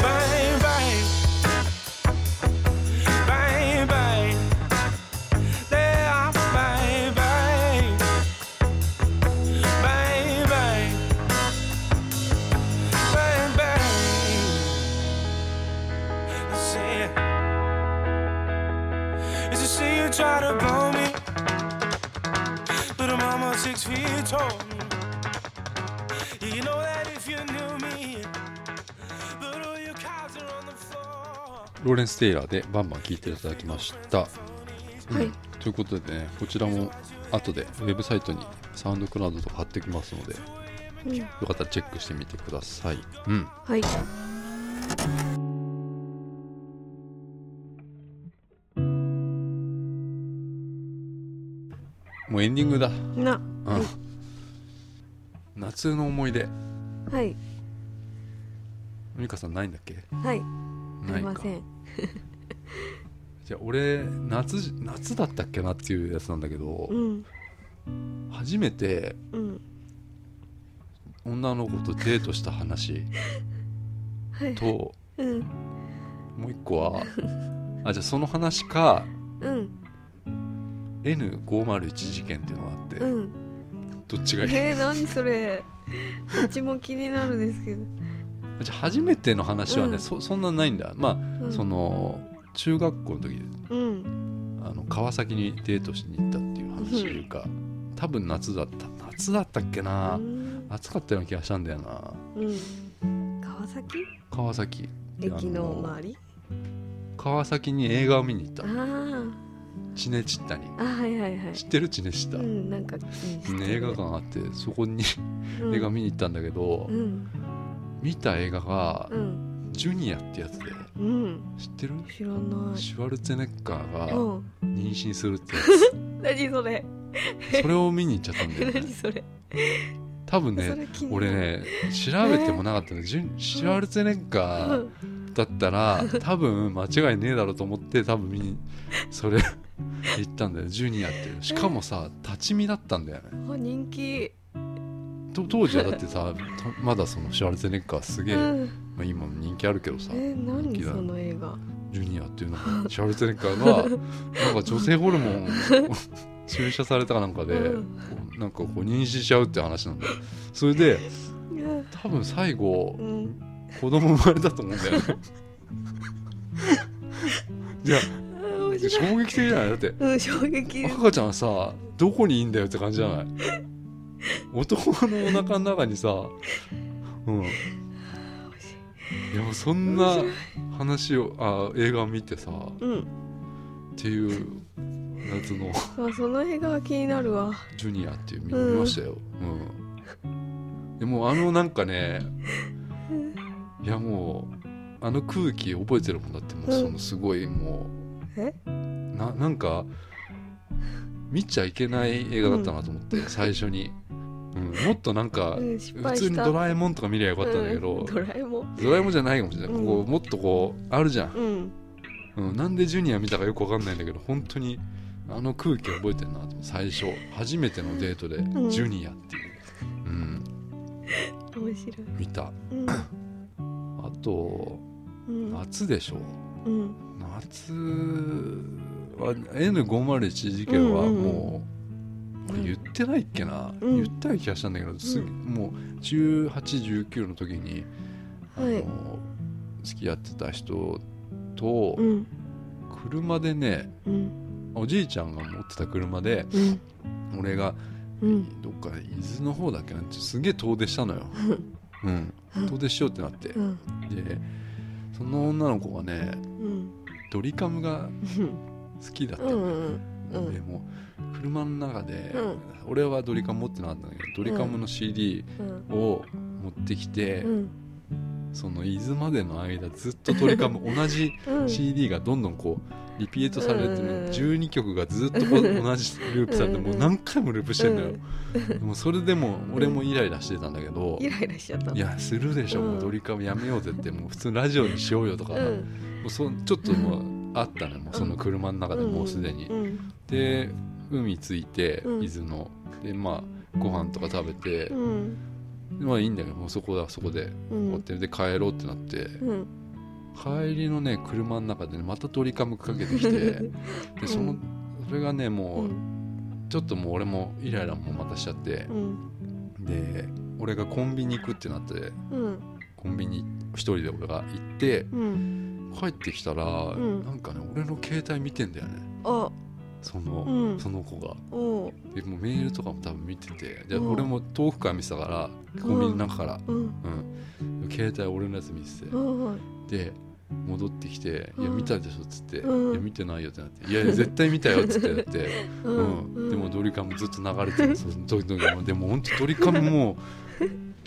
Bang bang, bang bang, they are bang bang, bang bang, bang bang. I see it. Is it see you try to blow me? Little mama six feet tall. Yeah, you know that if you knew me. But all your cards are on the floor.」
ローレンス・テイラーで「バンバン」聴いていただきました、うん
はい
ということでねこちらも後でウェブサイトにサウンドクラウドとか貼ってきますのでよ
うん
かったらチェックしてみてください、うん、
はい
もうエンディングだ、
な
うん、夏の思い出
はい
美香さんないんだっけ
はいあ
な
り
いか
ません
じゃあ俺夏じ夏だったっけなっていうやつなんだけど、
うん
初めて
うん
女の子とデートした話
はい
と
うん
もう一個はあじゃあその話か
うん
N501 事件っていうのがあって、
うん
どっちがいい
えー、何それどっちも気になるんですけど、
じゃあ初めての話はね、
うん
そそんなないんだまあ、
うん、
その中学校の時
うん
あの川崎にデートしに行ったっていう話が、多分夏だった夏だったっけな、
うん
暑かったような気がしたんだよな
うん川崎
川崎で
駅の
あの
周り
川崎に映画を見に行った
あー
チネチッタに
あはいはいはい
知ってるチネチッタ、
うんなんか、うん、
ね映画館あってそこに
うん
映画見に行ったんだけど、
うん
見た映画が
うん
「ジュニア」ってやつで
うん
知ってる
知らない
シュワルツェネッガーが
うん
妊娠するってや
何それ
つそれを見に行っちゃったんだよ
何
ね
それ
多分
そ
ね
れ気になる
俺ね調べてもなかったのジュシュワルツェネッ
う
ガー
ん
だったら多分間違いねえだろうと思って多分見にそれ 行ったんだよジュニアっていうしかもさ立ち見だったんだよね
あ人気
と当時はだってさとまだそのシュワルツェネッガーすげえ、
うん
まあ、今も人気あるけどさ、
えー
人気
何
だ
その映画
ジュニアっていうのがシュワルツェネッガーがなんか女性ホルモンを 注射されたかなんかで、
うん
こうなんかこう妊娠しちゃうって話なんだよそれで
うん
多分最後、
うん
子供生まれたと思うんだよねいや
あー面白い
衝撃的じゃないだって
うん衝撃です
赤ちゃんさどこにいいんだよって感じじゃない男のお腹の中にさうんいやそんな話をあ映画を見てさっ
うん
ていう夏の
あその映画は気になるわ
ジュニアっていう見見ましたようん、でもあのなんかねいやもうあの空気覚えてるもんだってもうそのすごいもう、
え
ななんか見ちゃいけない映画だったなと思って、最初に、うん、もっとなんか、
うん失
普
敗
通
し
に
た
ドラえもんとか見りゃよかったんだけど、
うんドラえもん
ドラえもんじゃないかもしれない、
うん
こうもっとこうあるじゃん、
うん
うん、なんでジュニア見たかよくわかんないんだけど本当にあの空気覚えてるなと思って最初初めてのデートで
ん
ジュニアっていう、うん
面白い
見た
うん
あと
うん
夏でしょ
うん
夏は N501 事件は
う
もう、
んうん
俺言ってないっけな、
うん
言ったような気がしたんだけど、す
うん
もう1819の時に、
はい
あの付き合ってた人と
うん
車でね
うん
おじいちゃんが持ってた車で
うん
俺が
うん
どっか伊豆の方だっけなんてすげえ遠出し たのよ、うん、遠出しようってなって
う
で
ん
その女の子がね
うん
ドリカムが
うん
好きだった
う
のよ、
んうん
でもう車の中で、
うん
俺はドリカム持ってなかったんだけどドリカムの CD
うん
を持ってきて、
うん
その伊豆までの間ずっとドリ カム同じ
うん
CD がどんどんこうリピートされて
うんうん
る12曲がずっとこう同じループされて
うん
もう何回もループしてんのよ、でもそれでも
ん
俺もイライラしてたんだけど、
イライラしちゃった
いやするでしょ、
うん
もうドリカムやめようぜってもう普通のラジオにしようよとか、
う
も
ん
うそちょっともうあったねもうその車の中でもうすでに、
うん
で海着いて
うん
伊豆の、でまあご飯とか食べて、
うん
まあいいんだけどもうそこだそこで
う
ホ
ん
テルで帰ろうってなって、
うん
帰りのね車の中でねまたドリカムかけてきてでその、
うん
それがね
う
もう、
ん
ちょっともう俺もイライラもまたしちゃって
う、ん
で俺がコンビニ行くってなって
うん
コンビニ一人で俺が行って
うん
帰ってきたら、
ん
なんかね俺の携帯見てんだよね
あ
その、
うん
その子が。
おう
でもうメールとかも多分見ててで、
うん
俺も遠くから見てたからコンビニの中から、
うん
うん携帯俺のやつ見て
うん
てで戻ってきて「いや
うん
見たでしょ」っつって「
うん
いや見てないよ」ってなって「いやいや絶対見たよ」っつってなって、
う
うんん、でもドリカムずっと流れ てるその時々でも本当ドリカムも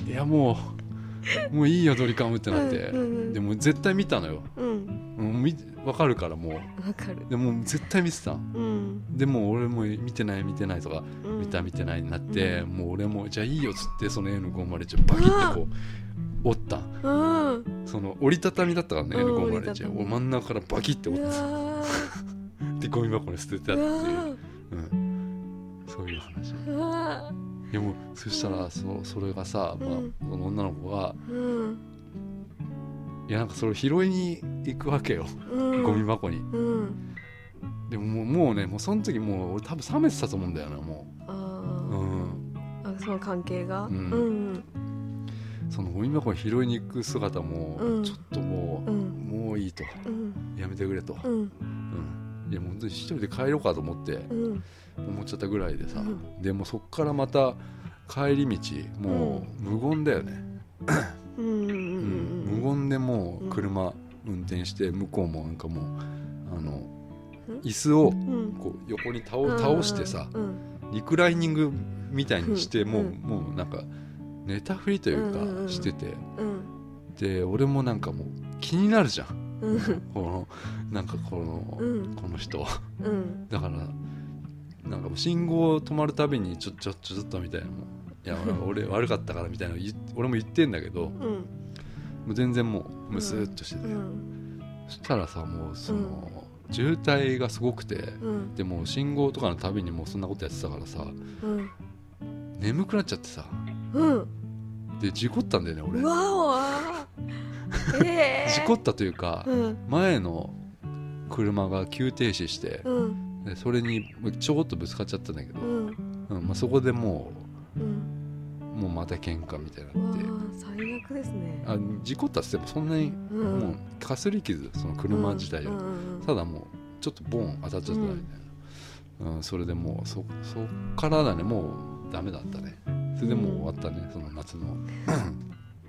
ういやもうもういいよドリカムってなって、
うんうん
でも絶対見たのよ、
うん
うん、見分かるからも
わかる
うでもう絶対見てた
うん
でもう俺も見てない見てないとか
うん
見た見てないになって、
う
もう俺もじゃあいいよっつってその N501 をバキッてこう折ったん
うん
その折りたたみだったからね
うん
N501 を
折りたたみ
俺真ん中からバキッて折
う
っ
わ
てゴミ箱に捨てた
ーう
ってい
わ
う、うん、そういう話い
ーうわ
やもうそしたらそのそれがさ、まあ
うん、
その女の子が
ーうん
いやなんかそれを拾いに行くわけよ、
うん
ゴミ箱に
うん
でももうもうねもうその時もう俺多分冷めてたと思うんだよなも
あー
う、うん、
あその関係が、
うん
うん
そのゴミ箱を拾いに行く姿も、
うん
ちょっとも
う
う、
ん
もういいと
うん
やめてくれと、
う
うん
ん
いやもう本当に一人で帰ろうかと思って
うん
思っちゃったぐらいでさ、
うん
でもうそっからまた帰り道もう無言だよね、
うんうんうんうん
うん無言でもう車運転して向こうもなんかもうあの
うん
椅子を
うん
こう横に倒
うん
倒してさ
うん
リクライニングみたいにしてもう,、
うん
もうなんか寝たふりという
うんうんうん
かしてて、
うん
で俺もなんかもう気になるじゃん
うん
このなんかこの、
うん
この人
うん
だからなんかもう信号止まるたびにちょちょちょちょっとみたいなもういやなんか俺悪かったからみたいなの言俺も言ってんだけども
うん
う全然もうムスーっとしてて、
うん
そしたらさもうその、渋滞がすごくて
うん
でもう信号とかのたびにもうそんなことやってたからさ眠くなっちゃってさ
うん
で事故ったんだよね俺
うわおわーえー
事故ったというか、
うん
前の車が急停止して
うん
でそれにちょこっとぶつかっちゃったんだけど
う、ん
うんまあ、そこでも
うん
うもうまた喧嘩みたいに
う
な
わ
って
ー最悪ですね
あ事故ったっつってもそんなに
う
もうかすり傷その車自体を、
うんうんうん
ただもうちょっとボン当たっちゃったみたいな、うんそれでもうそそっからだねもうダメだったねそれでもう終わったね、その 夏の、う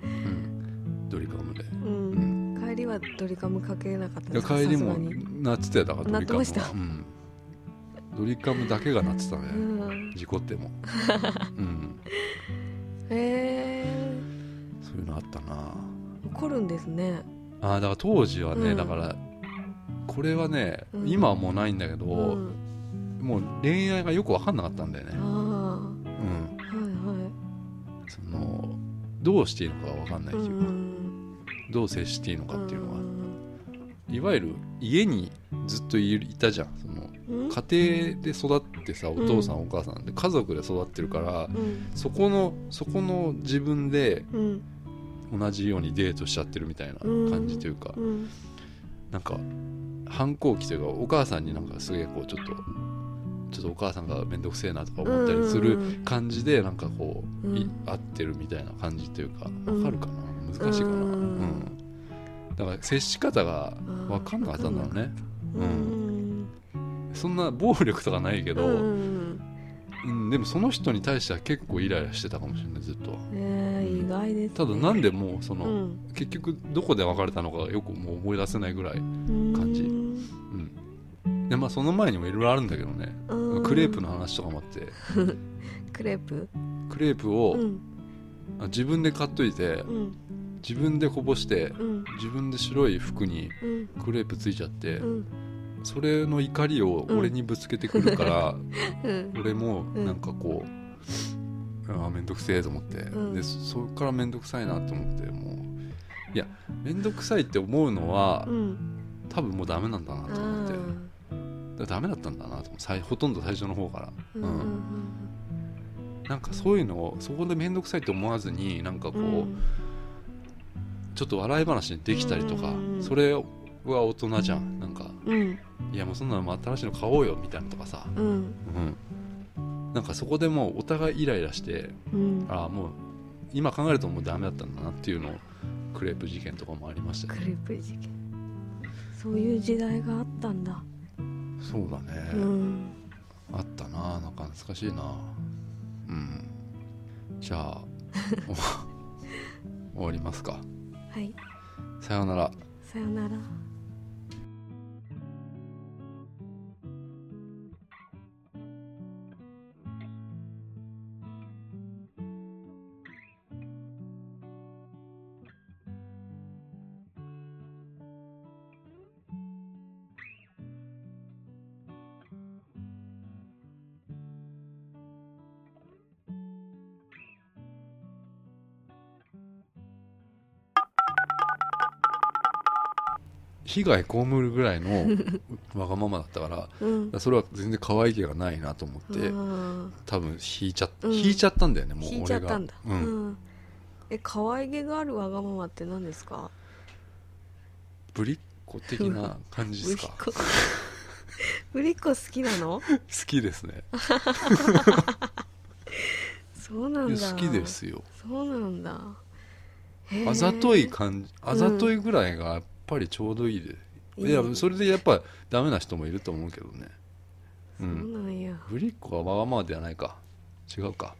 ん、ドリカムで
う
うんん
帰りはドリカムかけなかった
いや
ですか
帰り
さ
も
すがに
なってたよだからド
なっ
リ
てま
カムは
した
うん、ドリカムだけがなってたね、
うん
事故って も、うん、
えー
そういうのあったな
怒るんですね
あーだから当時はね、
うん
だからこれはね、
うん
今はもうないんだけど、
うん
もう恋愛がよく分かんなかったんだよね、
あ
うん、
あはいはい
そのどうしていいのか分かんない
う
と
ん
いううか、
ん
どう接していいのかっていうの
う
が、
ん
いわゆる家にずっといるいたじゃんその
うん
家庭で育ってさお
ん
父さんお母さんで家族で育ってるから、
うん
そこのそこの自分で
うん
同じようにデートしちゃってるみたいな
うん
感じというか、
うん
なんか反抗期というかお母さんになんかすげえこうちょっとちょっとお母さんが面倒くせえなとか思ったりす
うんうんう
る
ん
感じでなんかこう、い
うん
合ってるみたいな感じというか
うん
わかるかな難しいかな、う
うんん
だから接し方が分かんなかったんだろうね
うん
そんな暴力とかないけど、
う
うん
ん
でもその人に対しては結構イライラしてたかもしれないずっと
えー意外ですね
ただなんでもうその、
うん
結局どこで別れたのかよくもう思い出せないぐらい、感じうんでまあ、その前にもいろいろあるんだけどね
うん
クレープの話とかもあって
クレープ
クレープを、
うん
あ自分で買っといて
うん
自分でこぼして
うん
自分で白い服に
うん
クレープついちゃって、
うん
それの怒りを俺にぶつけてく るから、
うん
俺もなんかこう、ああ面倒くせえと思って、
うん
でそそこから面倒くさいなと思ってもういや面倒くさいって思うのは、
うん
多分もうダメなんだな
あ
と思って
ー
だからダメだったんだなと思ってさいほとんど最初の方から、
う
うんん
うん
なんかそういうのをそこで面倒くさいって思わずになんかこ
う
う、
んうん
ちょっと笑い話にできたりとか、
うん
それは大人じゃんなんか
うん
いやもうそんなの新しいの買おうよみたいなのとかさ、
うん
うん、なんかそこでもうお互いイライラして
うん
ああもう今考えるともうダメだったんだなっていうのをクレープ事件とかもありました
ク
ね
レープ事件そういう時代があったんだ、
そうだね、
うん
あったななんか懐かしいなうんじゃあ お終わりますか
はい
さようなら
さよなら
被害被るぐらいのわがままだったから
うん
それは全然可愛げがないなと思って
あ
多分引いちゃっ
うん
引いちゃったんだよね、
ー
もう
引いちゃ
俺
った
が
んだ、
うん
うんえ可愛げがあるわがままって何ですか
ぶりっ子的な感じですか
ぶりっ子ぶりっ子好きなの
好きですね
そそうなん
い
だ
や好きですよ
そうなんだへー
あざとい感じあざといぐらいがやっぱりちょうどいいで、
うん
いやそれでやっぱダメな人もいると思うけどねう
そうんなんや
ぶりっ子はわがままではないか違うか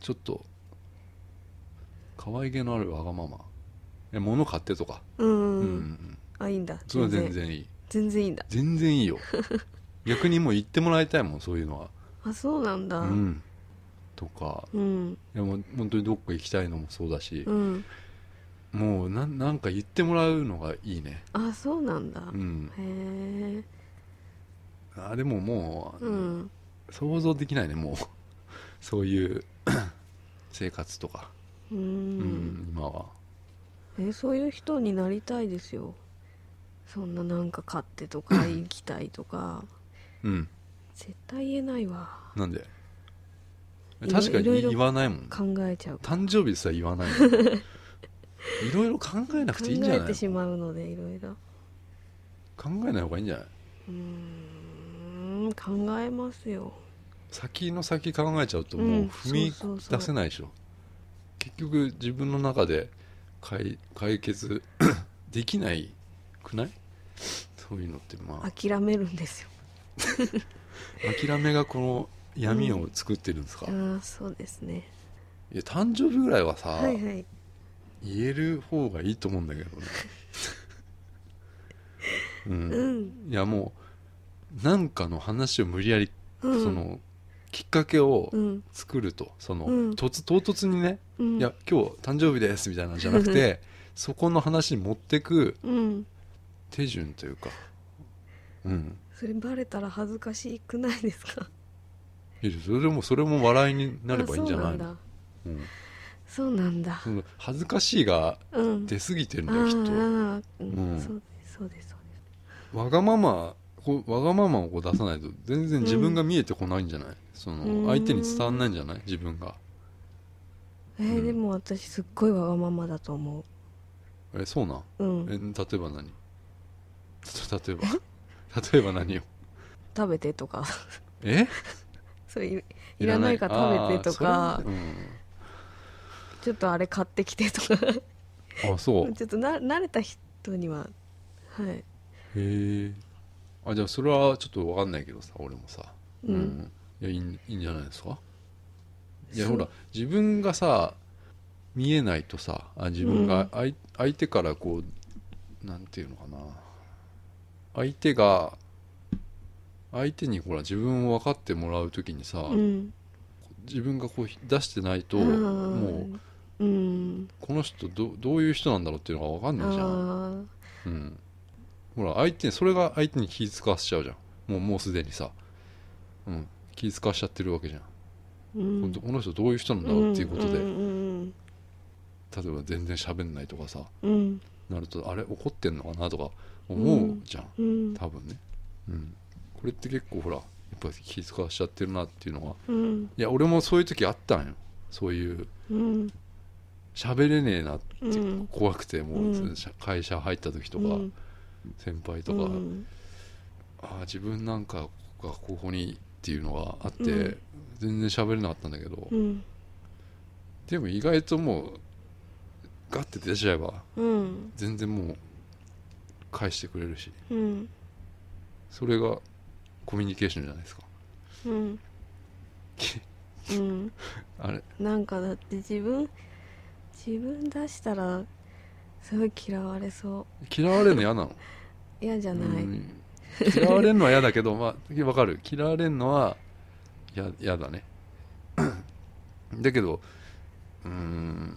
ちょっと可愛げのあるわがままえ物買ってとか
うんうん
うん、
う、
うんん、
あいいんだ
それは全然いい
全然いいんだ
全然いいよ 逆にもう言ってもらいたいもんそういうのは
あそうなんだ
う
うん
んとか
うん
いやもう本当にどっか行きたいのもそうだし、
うん
もうなんなんか言ってもらうのがいいね
あそうなんだ
うん
へえ
あでももう、
うん
想像できないねもう そういう 生活とか、
う
うん
ん
今は
えそういう人になりたいですよそんななんか買ってとか行きたいとか
うん
絶対言えないわ
なんで
いろ
確か
いろ
に
いろ
言わないもん
考えちゃう
誕生日ですら言わないもん いろいろ考えなく
考
ていいんじゃ
え
ない
てしまうのでいろいろ
考えない方がいいんじゃないう
ーん考えますよ
先の先考えちゃうと
う
もうん踏み
そうそうそう
出せないでしょ、結局自分の中で解解決 できないくないそういうのってまあ
諦めるんですよ
諦めがこの闇を作ってるんですか、
あーそうですね
いや誕生日ぐらいはさ、
はいはい
言える方がいいと思うんだけ どねう、
うんん
いやもうなんかの話を無理やり、
うん
そのきっかけを
うん
作るとその、
うん
突唐突にね、
うん
いや今日誕生日ですみたいなのじゃなく てそこの話に持ってく
うん
手順というかうん
それバレたら恥ずかしくないですか
いやそれでもそれも笑いになればいいんじゃない
あ
のうん
そうなんだ
その恥ずかしいが
そうなんだうん
出過ぎてるん
あ
だよきっと。
ーあーう
うんん
そうですそうですそうです
わがままこうわがままをこう出さないと全然自分が見えてこないんじゃない、そ
うん
の相手に伝わんないんじゃない自分が
えー
うん
でも私すっごいわがままだと思
えそうなん
ううん
え例えば何 た例えば例えば何を
食べてとか
え
それいいらないから食べてと
あ
か
ーそれう
ちょっとあれ買ってきてとかち
んあそう へ
ょっとな慣れた人にははい
えあじゃあそれはちょっとわかんないけどさ俺もさ
うん
いやいいんいいんじゃないですかいや
そう
ほら自分がさ見えないとさあ自分
うん
があい相手からこうなんていうのかな相手が相手にほら自分を分かってもらう時にさ、
うん
自分がこう出してないと、も
うう
う
ん
この人どどういう人なんだろうっていうのが分かん
あ
ないじゃん、
ー
うん、ほら相手にそれが相手に気遣わせちゃうじゃんもうもうすでにさ、うん、気遣わしちゃってるわけじゃん
うん
この人どういう人なんだろうっていうことで、
うんうん
例えば全然喋んないとかさ
うんうん
なるとあれ怒ってんのかなとか思うじゃん、
うん
多分ね、うん、これって結構ほらやっぱ気遣わしちゃってるなっていうの
う
が
ん
いや俺もそういう時あったんよそういう
うん
喋れねえなって
うんうん
怖くてもう、
うん
社会社入った時とか、
うん
先輩とか、
うん
ああ自分なんかがここにっていうのがあって、
うん
全然喋れなかったんだけど、
うん
でも意外ともうガッて出ちゃえば
うん
全然もう返してくれるし
うん
それがコミュニケーションじゃないですか
うん
き
うん
あれ
なんかだって自分自分出したらすごい嫌われそ
嫌われるの嫌なの
う嫌じゃない、
うん嫌われるのは嫌だけどまあわかる嫌われるのはや嫌だね だけどうーん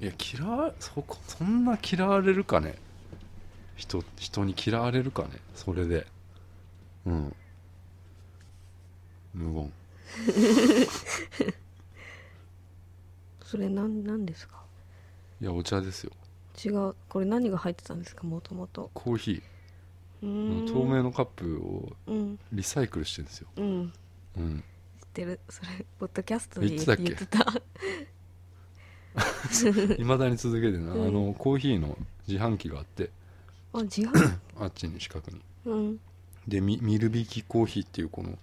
いや嫌わそこそんな嫌われるかね人人に嫌われるかねそれでうん無言
それなんなんですか
いやお茶ですよ
違うこれ何が入ってたんですかもともと
コーヒ
う
ー
ーん
透明のカップを
うん
リサイクルしてるんですよ、
うん
うん、
知ってるそれポッドキャスト
言
で
ってたっけ
言ってた
いまだに続けてるな、
うん
あのコーヒーの自販機があって
あ違う
あっちに近くに
うん
でミミルビキコーヒーっていうこの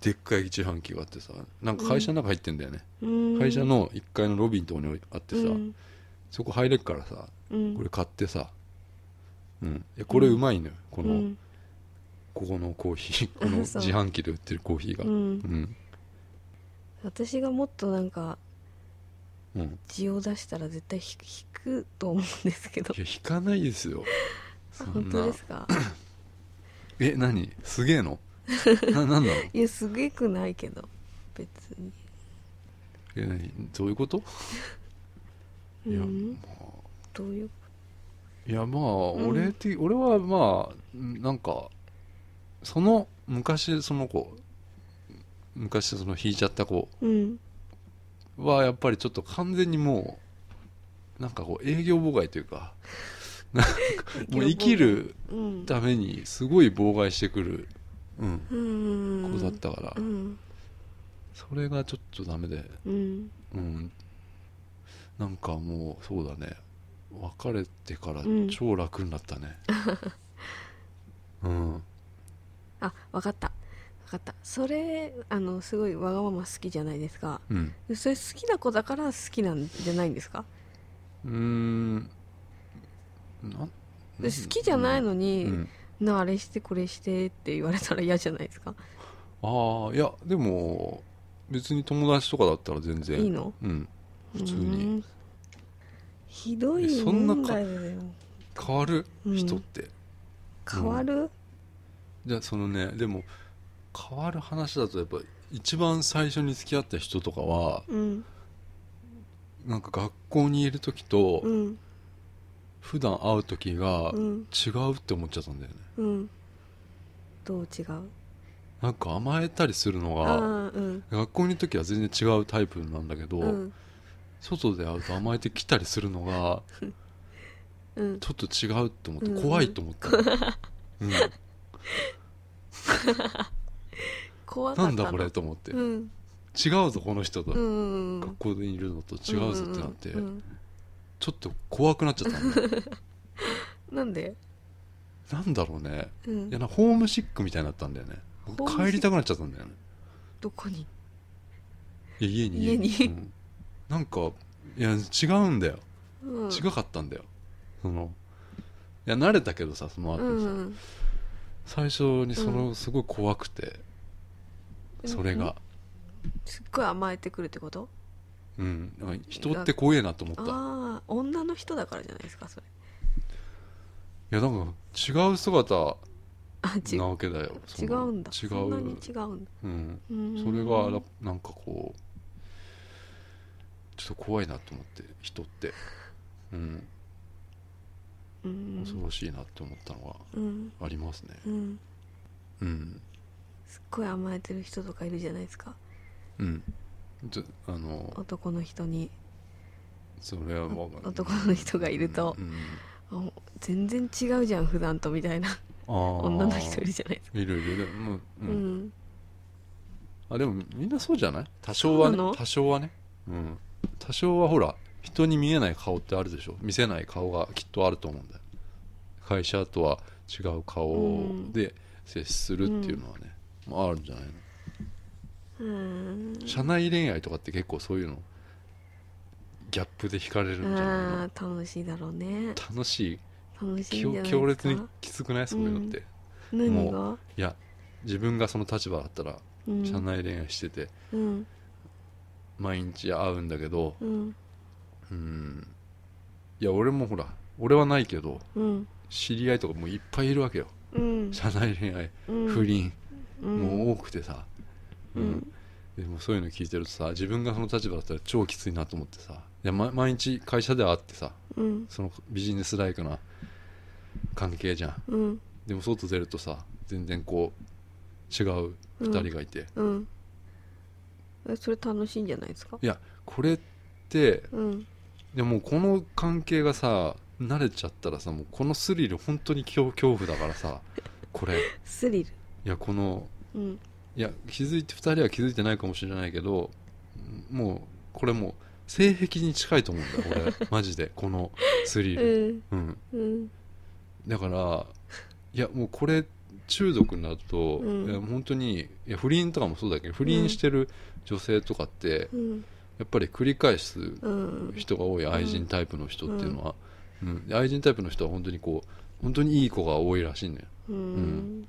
でっかい自販機があってさなんか会社の中入ってんだよね、
うん
会社の1階のロビーのとこにあってさ、
うん
そこ入れるからさ
うん
これ買ってさ、うん、いやこれうまいのよこ
う
の、
ん
ここのコーヒー この
そう
自販機で売ってるコーヒーが
う
うんん
私がもっとなんか
うん、い
字を出したら絶対ひ引くと思うんですけど
や引かないですよそ
あ
ん
本
な
当ですか
え何すげえのななんなの
いやすげくないけど別に
え何どういうこといや,、
うん
まあ
どういう
いやまあ、
ん
俺って俺はまあんなんかその昔その子昔その引いちゃった子
うん
はやっぱりちょっと完全にもうなんかこう営業妨害というかなんかもう生きる
うん
ためにすごい妨害してくる、うん、
うん
子だったから、
うん
それがちょっとダメで、
うん
うん、なんかもうそうだね別れてから
うん
超楽になっ たねうん、
あわかったわかったそれあのすごいわがまま好きじゃないですか
うん
それ好きな子だから好きなんじゃないんですか
うーんな
で好きじゃないの
う
に、
ん、
なあれしてこれしてって言われたら嫌じゃないですか
ああいやでも別に友達とかだったら全然
いいの
うん普通
う
に
んひど
え
い
そんなか
問題だよ
変わる
うん
人って、
変わる、
じゃあそのねでも変わる話だとやっぱ一番最初に付き合った人とかは
うん
なんか学校にいる時と
うん
普段会う時が
うん
違うって思っちゃったんだよね
うんどう違う
なんか甘えたりするの
あ
が
あうん
学校にいる時は全然違うタイプなんだけど、
うん
外で会うと甘えてきたりするのが
うん
ちょっと違うと思って
うん
怖いと思ったの、 うん
怖かっ
な
た
ん
の
だこれと思って、
う
違
ん
うぞこの人と、
うんうんうん
学校でいるのと違うぞってなって、
うんうん
ちょっと怖くなっちゃったのね
うんなんで、
なんだろうね
うん
いや、なホームシックみたいになったんだよね
ホームシック
帰りたくなっちゃったんだよね
どこに
いや家に
家に
うんなんかいや違うんだよ
うん
違かったんだよ、そのいや慣れたけどさその後
う
さ、
ん
最初にそのすごい怖くて、
うん
それが、
すっごい甘えてくるってこと
うん、なんか人って怖えなと思った
ああ女の人だからじゃないですかそれ
いやなんか違う姿
あち違
なわけだよその
うんだ
違う
そんなに違うんだ
うん、
うーん
それがななんかこうちょっと怖いなと思って人って、うん、
うん
恐ろしいなって思ったの
うん
がありますね
うん
うん
すっごい甘えてる人とかいるじゃないですか
うんちょあの
男の人に
それはわかんない
男の人がいると
う、ん
あ全然違うじゃん普段とみたいな
あー
女の人いるじゃないですか
いるいるでも、う
うんん
あでもみんなそうじゃない多少はね
そうなの
多少はね、うん、多少はほら人に見えない顔ってあるでしょ見せない顔がきっとあると思うんだよ会社とは違う顔で接するっていうのはね、まああるんじゃないの、
うーん
社内恋愛とかって結構そういうのギャップで惹かれるんじゃないの
あー楽しいだろうね
楽し
楽
い
しい
強
んじゃないですか
強烈にきつくないそういうのって、
う
い
何
も
が
や自分がその立場だったら
うん
社内恋愛してて
うん
毎日会うんだけど、
うん
うんいや俺もほら俺はないけど
うん
知り合いとかもういっぱいいるわけよ
うん
社内恋愛、
うん
不倫、
うん
もう多くてさ、
うん
でもそういうの聞いてるとさ自分がその立場だったら超きついなと思ってさいや、ま毎日会社では会ってさ
うん
そのビジネスライクな関係じゃん
うん
でも外出るとさ全然こう違う2人がいて、
うんえそれ楽しいんじゃないですか
いやこれって
うん
でもうこの関係がさ慣れちゃったらさもうこのスリル本当に恐恐怖だからさこれ
スリル
いやこの
うん
いや気づいて2人は気づいてないかもしれないけどもうこれもう性癖に近いと思うんだよ俺マ ジでこのスリ
う
ル、
ん
うん、
うん
だからいやもうこれ中毒になると、
うん
いや本当にいや不倫とかもそうだけど不倫してる女性とかって、
うん
やっぱり繰り返す
うん
人が多い愛人タイプの人っていうのは、うんで愛人タイプの人は本当にこう本当にいい子が多いらしいんだよ
うん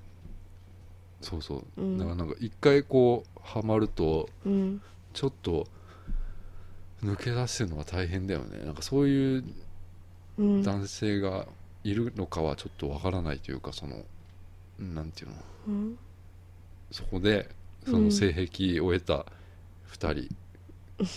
そうそう、
うん
だからなんか一回こうハマると
うん
ちょっと抜け出すのが大変だよねなんかそういう
うん
男性がいるのかはちょっとわからないというかそのなんていうの
うん
そこでそうの
ん
性癖を得た2人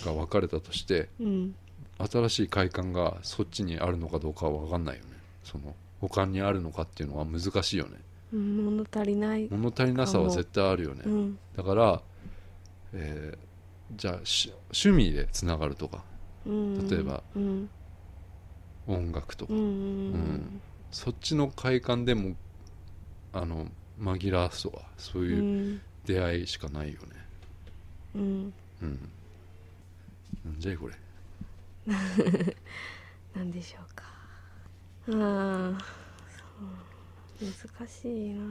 が別れたとして、
うん
新しい快感がそっちにあるのかどうかは分かんないよねその他にあるのかっていうのは難しいよね
物足りない
物足りなさは絶対あるよね、
うん
だから、えーじゃあし趣味でつながるとか
うん
例えば
うん
音楽とか、
うん
んそっちの快感でもあの紛らわすとかそう
う
いうん出会いしかないよね
うん
うん、なんじゃいこれ
なんでしょうかああ難しいな